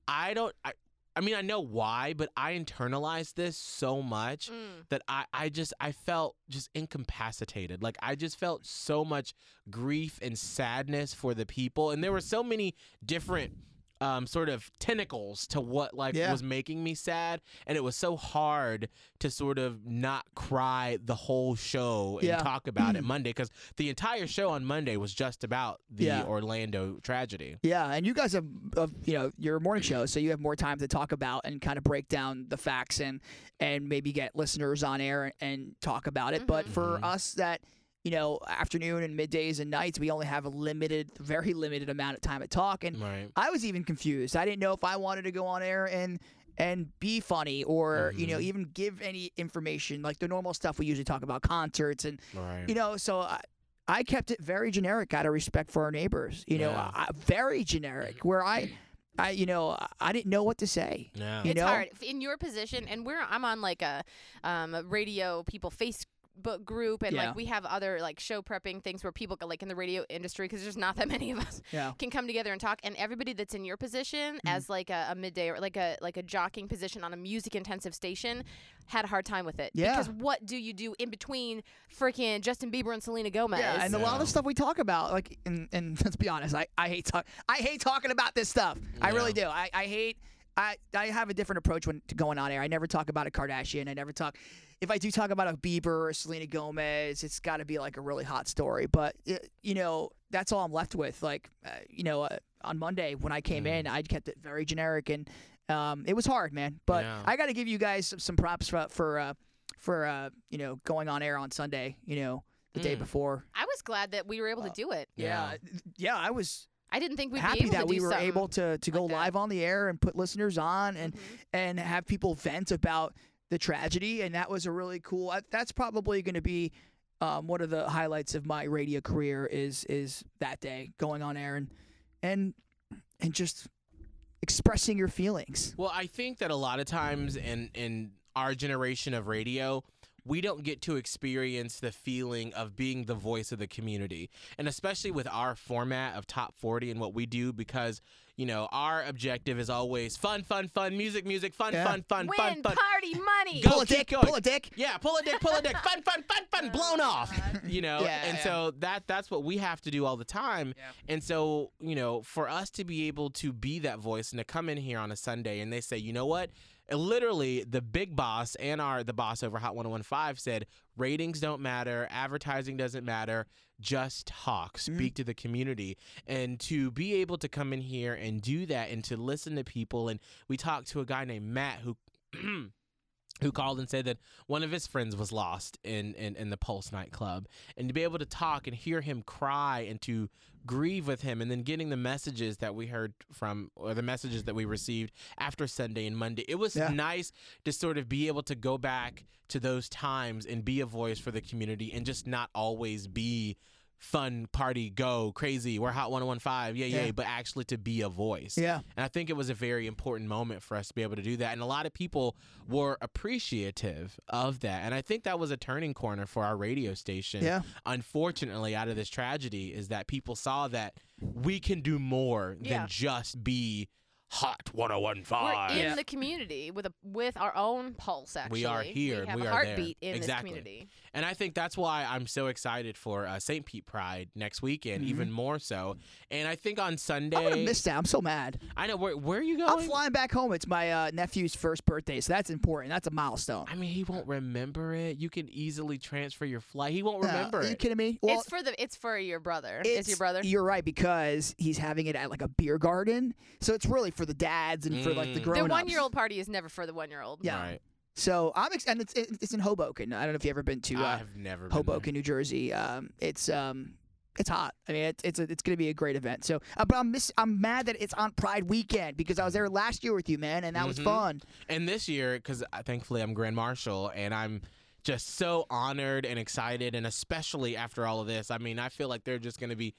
Speaker 5: I don't. I, I mean, I know why, but I internalized this so much
Speaker 6: Mm.
Speaker 5: that I, I just I felt just incapacitated. Like I just felt so much grief and sadness for the people, and there were so many different um, sort of tentacles to what like
Speaker 7: Yeah.
Speaker 5: was making me sad, and it was so hard to sort of not cry the whole show and
Speaker 7: Yeah.
Speaker 5: talk about it Monday because the entire show on Monday was just about the
Speaker 7: Yeah.
Speaker 5: Orlando tragedy.
Speaker 7: Yeah, and you guys have, have, you know, your morning show, so you have more time to talk about and kind of break down the facts and and maybe get listeners on air and, and talk about it. But for us, that you know, afternoon and middays and nights, we only have a limited, very limited amount of time to talk. And
Speaker 5: Right.
Speaker 7: I was even confused. I didn't know if I wanted to go on air and and be funny or you know even give any information like the normal stuff we usually talk about concerts and
Speaker 5: Right.
Speaker 7: you know so I, I kept it very generic out of respect for our neighbors you know
Speaker 5: Yeah.
Speaker 7: I, very generic where i i you know I- i didn't know what to say
Speaker 5: Yeah.
Speaker 7: you
Speaker 6: it's
Speaker 7: know
Speaker 6: hard F- in your position and we're i'm on like a um a radio people facebook group and
Speaker 7: Yeah.
Speaker 6: like we have other like show prepping things where people go, like in the radio industry because there's not that many of us
Speaker 7: Yeah.
Speaker 6: can come together and talk and everybody that's in your position
Speaker 7: Mm.
Speaker 6: as like a, a midday or like a like a jockeying position on a music intensive station had a hard time with it
Speaker 7: Yeah.
Speaker 6: because what do you do in between freaking justin bieber and selena gomez
Speaker 7: yeah, and a lot of the stuff we talk about, like, and, and let's be honest, I, I hate talk, I hate talking about this stuff. I really do. I, I hate. I, I have a different approach when to going on air. I never talk about a Kardashian. I never talk. If I do talk about a Bieber or Selena Gomez, it's got to be like a really hot story. But y- you know, that's all I'm left with. Like, uh, you know, uh, on Monday when I came in, I kept it very generic, and um, it was hard, man. But
Speaker 5: Yeah.
Speaker 7: I got to give you guys some, some props for for uh, for uh, you know going on air on Sunday. You know, the day before.
Speaker 6: i was glad that we were able to do it
Speaker 5: Yeah.
Speaker 7: Yeah, yeah, I was
Speaker 6: i didn't think we'd be
Speaker 7: happy
Speaker 6: able
Speaker 7: that
Speaker 6: to
Speaker 7: we
Speaker 6: do
Speaker 7: were
Speaker 6: something.
Speaker 7: able to to go
Speaker 6: that. Mm-hmm.
Speaker 7: live on the air and put listeners on and and have people vent about the tragedy, and that was a really cool. I- That's probably going to be um, one of the highlights of my radio career is is that day going on air and and and just expressing your feelings.
Speaker 5: Well, I think that a lot of times in in our generation of radio, we don't get to experience the feeling of being the voice of the community. And especially with our format of top 40 and what we do, because, you know, our objective is always fun, fun, fun, music, music, fun,
Speaker 7: Yeah.
Speaker 5: fun, fun,
Speaker 6: Win
Speaker 5: fun, fun.
Speaker 6: party money.
Speaker 5: Go
Speaker 7: Pull a
Speaker 5: keep
Speaker 7: dick,
Speaker 5: going.
Speaker 7: pull a dick.
Speaker 5: Yeah, pull a dick, pull a dick, fun, fun, fun, fun, blown off. You know,
Speaker 7: Yeah,
Speaker 5: and
Speaker 7: yeah.
Speaker 5: so that that's what we have to do all the time. And so you know, for us to be able to be that voice and to come in here on a Sunday and they say, you know what, literally the big boss and our the boss over Hot 1015 said, ratings don't matter, advertising doesn't matter. Just talk, speak to the community, and to be able to come in here and do that, and to listen to people. And we talked to a guy named Matt who who called and said that one of his friends was lost in, in, in the Pulse nightclub. And to be able to talk and hear him cry and to grieve with him, and then getting the messages that we heard from, or the messages that we received after Sunday and Monday, it was
Speaker 7: Yeah.
Speaker 5: nice to sort of be able to go back to those times and be a voice for the community and just not always be fun, party, go, crazy, we're Hot 1015, yeah, yeah,
Speaker 7: Yeah.
Speaker 5: but actually to be a voice.
Speaker 7: Yeah.
Speaker 5: And I think it was a very important moment for us to be able to do that. And a lot of people were appreciative of that. And I think that was a turning corner for our radio station.
Speaker 7: Yeah.
Speaker 5: Unfortunately, out of this tragedy, is that people saw that we can do more
Speaker 6: Yeah.
Speaker 5: than just be hot
Speaker 6: We're
Speaker 5: 1015.
Speaker 6: in the community with a with our own pulse. Actually,
Speaker 5: We are here.
Speaker 6: We have
Speaker 5: We
Speaker 6: a
Speaker 5: are there.
Speaker 6: heartbeat in
Speaker 5: Exactly.
Speaker 6: this community.
Speaker 5: And I think that's why I'm so excited for uh, St. Pete Pride next weekend, even more so. And Mm-hmm. I think on Sunday,
Speaker 7: I'm gonna miss that. I'm so mad.
Speaker 5: I know where, where are you going?
Speaker 7: I'm flying back home. It's my uh, nephew's first birthday, so that's important. That's a milestone.
Speaker 5: I mean, he won't remember it. You can easily transfer your flight. He won't
Speaker 7: No,
Speaker 5: remember
Speaker 7: Uh, Are you
Speaker 5: it.
Speaker 7: kidding me? Well,
Speaker 6: it's for the it's for your brother. It's, your
Speaker 7: it's-
Speaker 6: brother.
Speaker 7: You're right because he's having it at like a beer garden, so it's really for the dads and for
Speaker 5: Mm.
Speaker 7: like the grown
Speaker 6: Their one year old party is never for the one year old.
Speaker 7: Yeah.
Speaker 5: Right.
Speaker 7: So I'm ex- and it's it- it's in Hoboken. I don't know if you've ever been to
Speaker 5: I
Speaker 7: uh,
Speaker 5: have never been
Speaker 7: Hoboken, New Jersey. Um, it's um. It's hot. I mean, it's it's a, it's going to be a great event. So, uh, but I'm miss, I'm mad that it's on Pride weekend because I was there last year with you, man, and that
Speaker 5: Mm-hmm.
Speaker 7: was fun.
Speaker 5: there. And this year, because thankfully I'm Grand Marshal, and I'm just so honored and excited, and especially after all of this, I mean, I feel like there are just going to be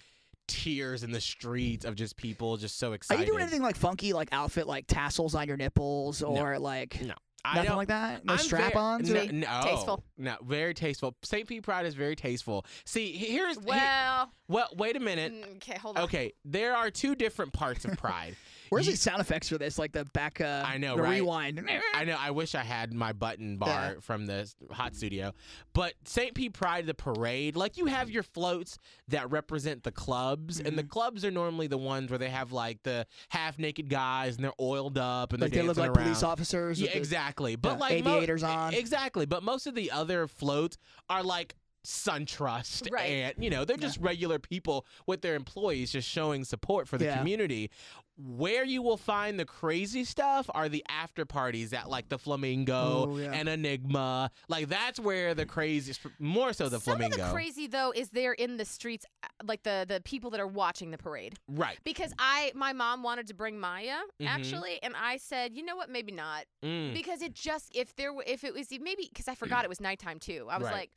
Speaker 5: tears in the streets of just people just so
Speaker 7: Are
Speaker 5: excited.
Speaker 7: you doing anything like funky, like outfit, like tassels on your nipples or like
Speaker 5: No. I
Speaker 7: nothing
Speaker 5: don't-
Speaker 7: like that? No
Speaker 5: I'm very-
Speaker 7: strap-ons?
Speaker 5: No,
Speaker 7: or-
Speaker 5: no,
Speaker 6: Tasteful.
Speaker 5: No, very tasteful. St. Pete Pride is very tasteful. See, he- here's he-
Speaker 6: Well,
Speaker 5: well, wait a minute.
Speaker 6: mm, okay, hold on.
Speaker 5: Okay, there are two different parts of Pride.
Speaker 7: Where's
Speaker 5: You-
Speaker 7: the sound effects for this? Like the back. Uh,
Speaker 5: I know,
Speaker 7: the
Speaker 5: right?
Speaker 7: Rewind.
Speaker 5: I know. I wish I had my button bar from the s- hot studio, but St. Pete Pride, the parade, like you have your floats that represent the clubs, and
Speaker 7: Mm-hmm.
Speaker 5: the clubs are normally the ones where they have like the half naked guys and they're oiled up and
Speaker 7: Like they
Speaker 5: they're
Speaker 7: look
Speaker 5: dancing
Speaker 7: like
Speaker 5: around.
Speaker 7: police officers.
Speaker 5: Yeah,
Speaker 7: with the-
Speaker 5: exactly. But
Speaker 7: the
Speaker 5: like mo- e,
Speaker 7: aviators on.
Speaker 5: exactly. But most of the other floats are like SunTrust,
Speaker 6: Right.
Speaker 5: and you know they're just regular people with their employees, just showing support for the
Speaker 7: Yeah.
Speaker 5: community. Where you will find the crazy stuff are the after parties at like the Flamingo
Speaker 7: Oh, yeah.
Speaker 5: and Enigma. Like that's where the crazy, more so the
Speaker 6: Some
Speaker 5: Flamingo,
Speaker 6: of the crazy though is they're in the streets, uh, like the the people that are watching the parade.
Speaker 5: right?
Speaker 6: Because I, my mom wanted to bring Maya
Speaker 5: Mhm.
Speaker 6: actually, and I said, you know what, maybe not,
Speaker 5: Mm.
Speaker 6: because it just if there were if it was e, maybe because I forgot it was nighttime too. I was
Speaker 5: Right.
Speaker 6: like.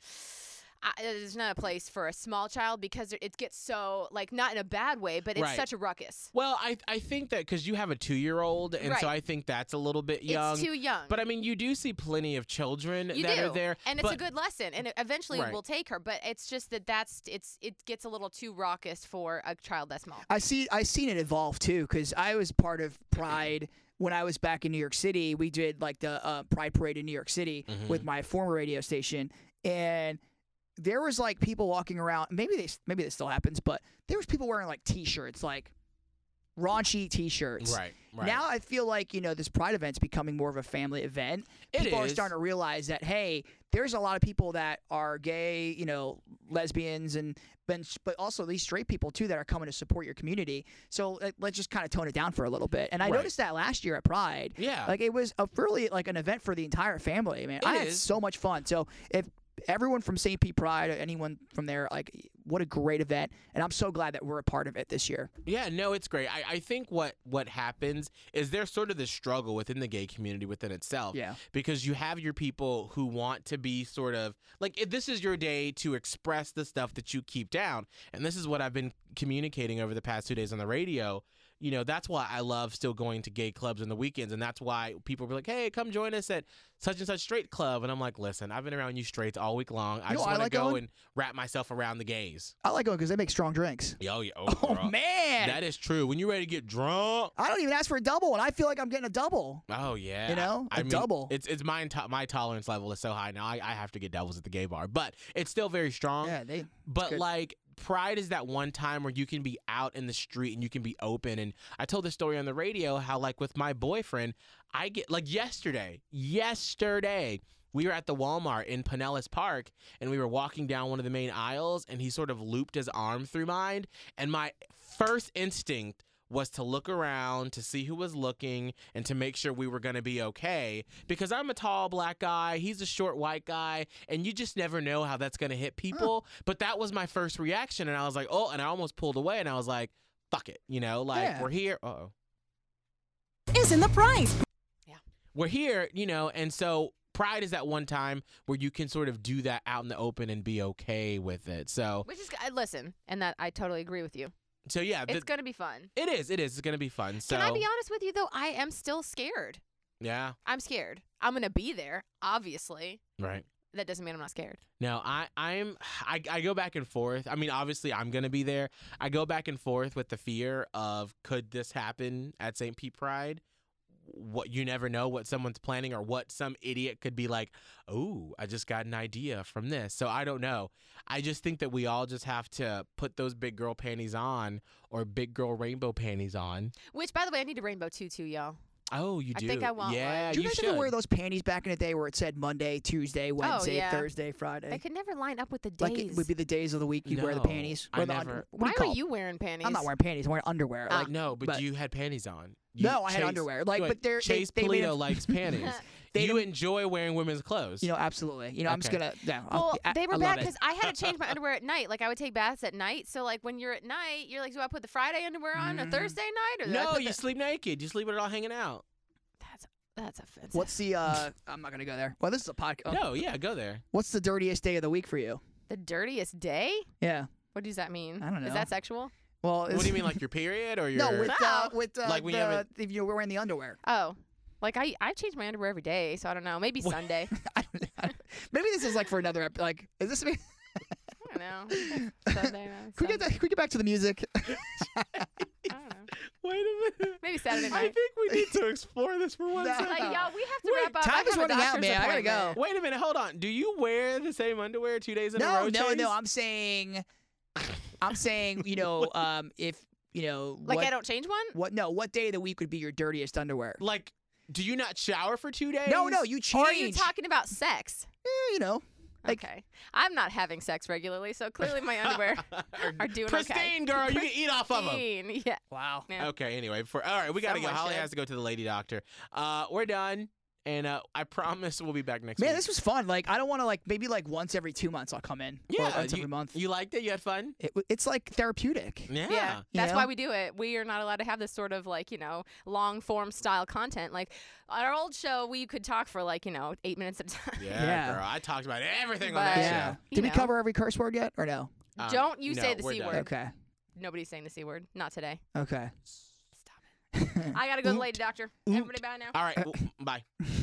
Speaker 6: I, there's not a place for a small child because it gets so like not in a bad way, but it's
Speaker 5: Right.
Speaker 6: such a ruckus.
Speaker 5: Well, I I think that because you have a two year old, and so
Speaker 6: Right.
Speaker 5: I think that's a little bit young.
Speaker 6: It's too young.
Speaker 5: But I mean, you do see plenty of children
Speaker 6: you
Speaker 5: that
Speaker 6: do,
Speaker 5: are there,
Speaker 6: and it's
Speaker 5: but
Speaker 6: a good lesson, and it- eventually
Speaker 5: Right.
Speaker 6: we'll take her. But it's just that that's it's it gets a little too raucous for a child that small.
Speaker 7: I see. I seen it evolve too, because I was part of Pride when I was back in New York City. We did like the uh, Pride Parade in New York City
Speaker 5: Mm-hmm.
Speaker 7: with my former radio station, and there was like people walking around. Maybe they maybe this still happens, but there was people wearing like T-shirts, like raunchy T-shirts.
Speaker 5: Right, right.
Speaker 7: Now I feel like you know this Pride event's becoming more of a family event.
Speaker 5: It
Speaker 7: people are
Speaker 5: is.
Speaker 7: starting to realize that hey, there's a lot of people that are gay, you know, lesbians, and but but also these straight people too that are coming to support your community. So like, let's just kind of tone it down for a little bit. And I
Speaker 5: Right.
Speaker 7: noticed that last year at Pride.
Speaker 5: Yeah.
Speaker 7: like it was a really like an event for the entire family. Man, I had
Speaker 5: is.
Speaker 7: so much fun. So if everyone from St. Pete Pride, anyone from there, like what a great event, and I'm so glad that we're a part of it this year.
Speaker 5: Yeah, no, it's great. I, I think what what happens is there's sort of this struggle within the gay community within itself.
Speaker 7: Yeah.
Speaker 5: Because you have your people who want to be sort of like if this is your day to express the stuff that you keep down. And this is what I've been communicating over the past two days on the radio. You know, that's why I love still going to gay clubs on the weekends. And that's why people were like, hey, come join us at such and such straight club. And I'm like, listen, I've been around you straights all week long. I
Speaker 7: You know
Speaker 5: just
Speaker 7: what I
Speaker 5: want to
Speaker 7: like
Speaker 5: go
Speaker 7: going?
Speaker 5: and wrap myself around the gays.
Speaker 7: I like going because they make strong drinks.
Speaker 5: Yo, yo.
Speaker 7: Oh
Speaker 5: girl.
Speaker 7: man,
Speaker 5: That is true. When you're ready to get drunk,
Speaker 7: I don't even ask for a double, and I feel like I'm getting a double.
Speaker 5: Oh yeah,
Speaker 7: You know?
Speaker 5: I
Speaker 7: A double.
Speaker 5: It's it's my to- my tolerance level is so high now. I, I have to get doubles at the gay bar, but it's still very strong.
Speaker 7: Yeah, they.
Speaker 5: but
Speaker 7: good.
Speaker 5: like pride is that one time where you can be out in the street and you can be open. And I told this story on the radio how like with my boyfriend, I get like yesterday, yesterday. We were at the Walmart in Pinellas Park and we were walking down one of the main aisles and he sort of looped his arm through mine and my first instinct was to look around to see who was looking and to make sure we were going to be okay because I'm a tall black guy, he's a short white guy, and you just never know how that's going to hit people. But that was my first reaction, and I was like, oh, and I almost pulled away, and I was like, fuck it, you know, like
Speaker 7: Yeah.
Speaker 5: we're here. Oh,
Speaker 10: is in the price.
Speaker 5: we're here, you know, and so. Pride is that one time where you can sort of do that out in the open and be okay with it. So,
Speaker 6: Which is, I listen, and that I totally agree with you.
Speaker 5: so yeah,
Speaker 6: It's
Speaker 5: th-
Speaker 6: gonna be fun.
Speaker 5: it is. It is. It's gonna be fun. So,
Speaker 6: Can I be honest with you though? I am still scared.
Speaker 5: yeah,
Speaker 6: I'm scared. I'm gonna be there, obviously.
Speaker 5: right.
Speaker 6: That doesn't mean I'm not scared.
Speaker 5: No, I I'm I, I go back and forth. I mean, obviously I'm gonna be there. I go back and forth with the fear of could this happen at St. Pete Pride? What you never know what someone's planning or what some idiot could be like, oh, I just got an idea from this. So I don't know. I just think that we all just have to put those big girl panties on or big girl rainbow panties on.
Speaker 6: Which, by the way, I need a rainbow tutu, y'all.
Speaker 5: Oh, you
Speaker 6: I
Speaker 5: do.
Speaker 6: think I want
Speaker 5: yeah,
Speaker 6: one.
Speaker 7: Do you,
Speaker 5: you
Speaker 7: guys
Speaker 5: should.
Speaker 7: ever wear those panties back in the day where it said Monday, Tuesday, Wednesday,
Speaker 6: Oh, yeah.
Speaker 7: Thursday, Friday?
Speaker 6: They could never line up with the days.
Speaker 7: like it would be the days of the week you wear the
Speaker 5: No,
Speaker 7: panties.
Speaker 5: I
Speaker 7: Or the
Speaker 5: never-
Speaker 7: under- what do
Speaker 6: Why
Speaker 7: you call
Speaker 6: are
Speaker 7: it?
Speaker 6: you wearing panties?
Speaker 7: I'm not wearing panties. I'm wearing underwear.
Speaker 6: Ah.
Speaker 7: like,
Speaker 5: No, but,
Speaker 7: But-
Speaker 5: you had panties on. You-
Speaker 7: No, I had underwear. Like,
Speaker 5: good.
Speaker 7: but they're- they-
Speaker 5: Chase
Speaker 7: they made
Speaker 5: Polito
Speaker 7: them-
Speaker 5: likes panties.
Speaker 7: They
Speaker 5: you
Speaker 7: don't-
Speaker 5: enjoy wearing women's clothes.
Speaker 7: you know, absolutely. You know, I'm just
Speaker 5: Okay.
Speaker 7: gonna. Yeah, I'll-
Speaker 6: Well,
Speaker 7: I,
Speaker 6: they were
Speaker 7: I love
Speaker 6: bad
Speaker 7: it.
Speaker 6: because I had to change my underwear at night. Like I would take baths at night. So like when you're at night, you're like, do I put the Friday underwear on
Speaker 7: Mm.
Speaker 6: or Thursday night or do I
Speaker 5: no,
Speaker 6: put
Speaker 5: you
Speaker 6: the-
Speaker 5: sleep naked. You sleep with it all hanging out.
Speaker 6: that's that's offensive.
Speaker 7: What's the? uh I'm not gonna go there. Well, this is a podcast.
Speaker 5: No, yeah, go there.
Speaker 7: What's the dirtiest day of the week for you?
Speaker 6: the dirtiest day?
Speaker 7: Yeah.
Speaker 6: What does that mean?
Speaker 7: I don't
Speaker 6: Is
Speaker 7: know.
Speaker 6: that sexual?
Speaker 7: Well,
Speaker 5: What do
Speaker 7: it's-
Speaker 5: you mean, like your period or your?
Speaker 7: no, with uh,
Speaker 6: Wow.
Speaker 7: with uh,
Speaker 5: Like when you
Speaker 7: the,
Speaker 5: haven't-
Speaker 7: if you're wearing the underwear.
Speaker 6: Oh, like I I change my underwear every day, so I don't know. Maybe Sunday.
Speaker 7: I don't, I don't, maybe this is like for another. ep- Like, is this? Could
Speaker 6: I don't know. Sunday. no,
Speaker 7: we get
Speaker 6: Sunday.
Speaker 7: that, could we get back to the music?
Speaker 6: Uh, I don't know.
Speaker 5: Wait a minute.
Speaker 6: Maybe Saturday
Speaker 5: I
Speaker 6: night.
Speaker 5: think we need to explore this for one
Speaker 7: No.
Speaker 5: second.
Speaker 6: Like, y'all, we have to
Speaker 5: Wait,
Speaker 6: wrap up. I
Speaker 7: time is
Speaker 6: have a
Speaker 7: running out,
Speaker 6: doctor's
Speaker 7: man. I gotta go.
Speaker 6: appointment.
Speaker 5: Wait a minute. Hold on. Do you wear the same underwear two days in a
Speaker 7: no,
Speaker 5: row?
Speaker 7: no,
Speaker 5: Chase?
Speaker 7: no. I'm saying, I'm saying. You know, um, if you know,
Speaker 6: Like
Speaker 7: what,
Speaker 6: I don't change one.
Speaker 7: What? No. What day of the week would be your dirtiest underwear?
Speaker 5: Like, do you not shower for two days?
Speaker 7: No, no. You change.
Speaker 6: Or are you talking about sex?
Speaker 7: Eh, you know. Like-
Speaker 6: okay. I'm not having sex regularly, so clearly my underwear are doing
Speaker 5: Pristine,
Speaker 6: okay.
Speaker 5: girl. You can eat off of them.
Speaker 6: Pristine, Yeah.
Speaker 7: Wow.
Speaker 6: Yeah.
Speaker 5: Okay. Anyway, for all right, we gotta go.
Speaker 6: Someone
Speaker 5: Holly
Speaker 6: should.
Speaker 5: has to go to the lady doctor. Uh, we're done, and uh, I promise we'll be back next
Speaker 7: Man,
Speaker 5: week.
Speaker 7: this was fun. Like, I don't want to like maybe like once every two months I'll come in. or
Speaker 5: yeah,
Speaker 7: once
Speaker 5: you,
Speaker 7: every month.
Speaker 5: You liked it? You had fun?
Speaker 7: It w- it's like therapeutic.
Speaker 5: Yeah.
Speaker 6: Yeah. That's why
Speaker 7: Yeah.
Speaker 6: we do it. We are not allowed to have this sort of like, you know, long form style content. Like our old show, we could talk for like, you know, eight minutes at a time.
Speaker 5: Yeah,
Speaker 7: Yeah.
Speaker 5: girl. I talked about everything
Speaker 6: But-
Speaker 5: on that
Speaker 6: Yeah.
Speaker 5: show.
Speaker 6: You
Speaker 7: Did we
Speaker 6: know.
Speaker 7: cover every curse word yet, or no?
Speaker 5: Um,
Speaker 6: Don't you
Speaker 5: no,
Speaker 6: say the
Speaker 5: we're
Speaker 6: C
Speaker 5: done.
Speaker 6: word.
Speaker 7: Okay.
Speaker 6: Nobody's saying the C word. Not today.
Speaker 7: Okay.
Speaker 6: I got to go to the lady doctor. Everybody bye now.
Speaker 5: All right. well, bye.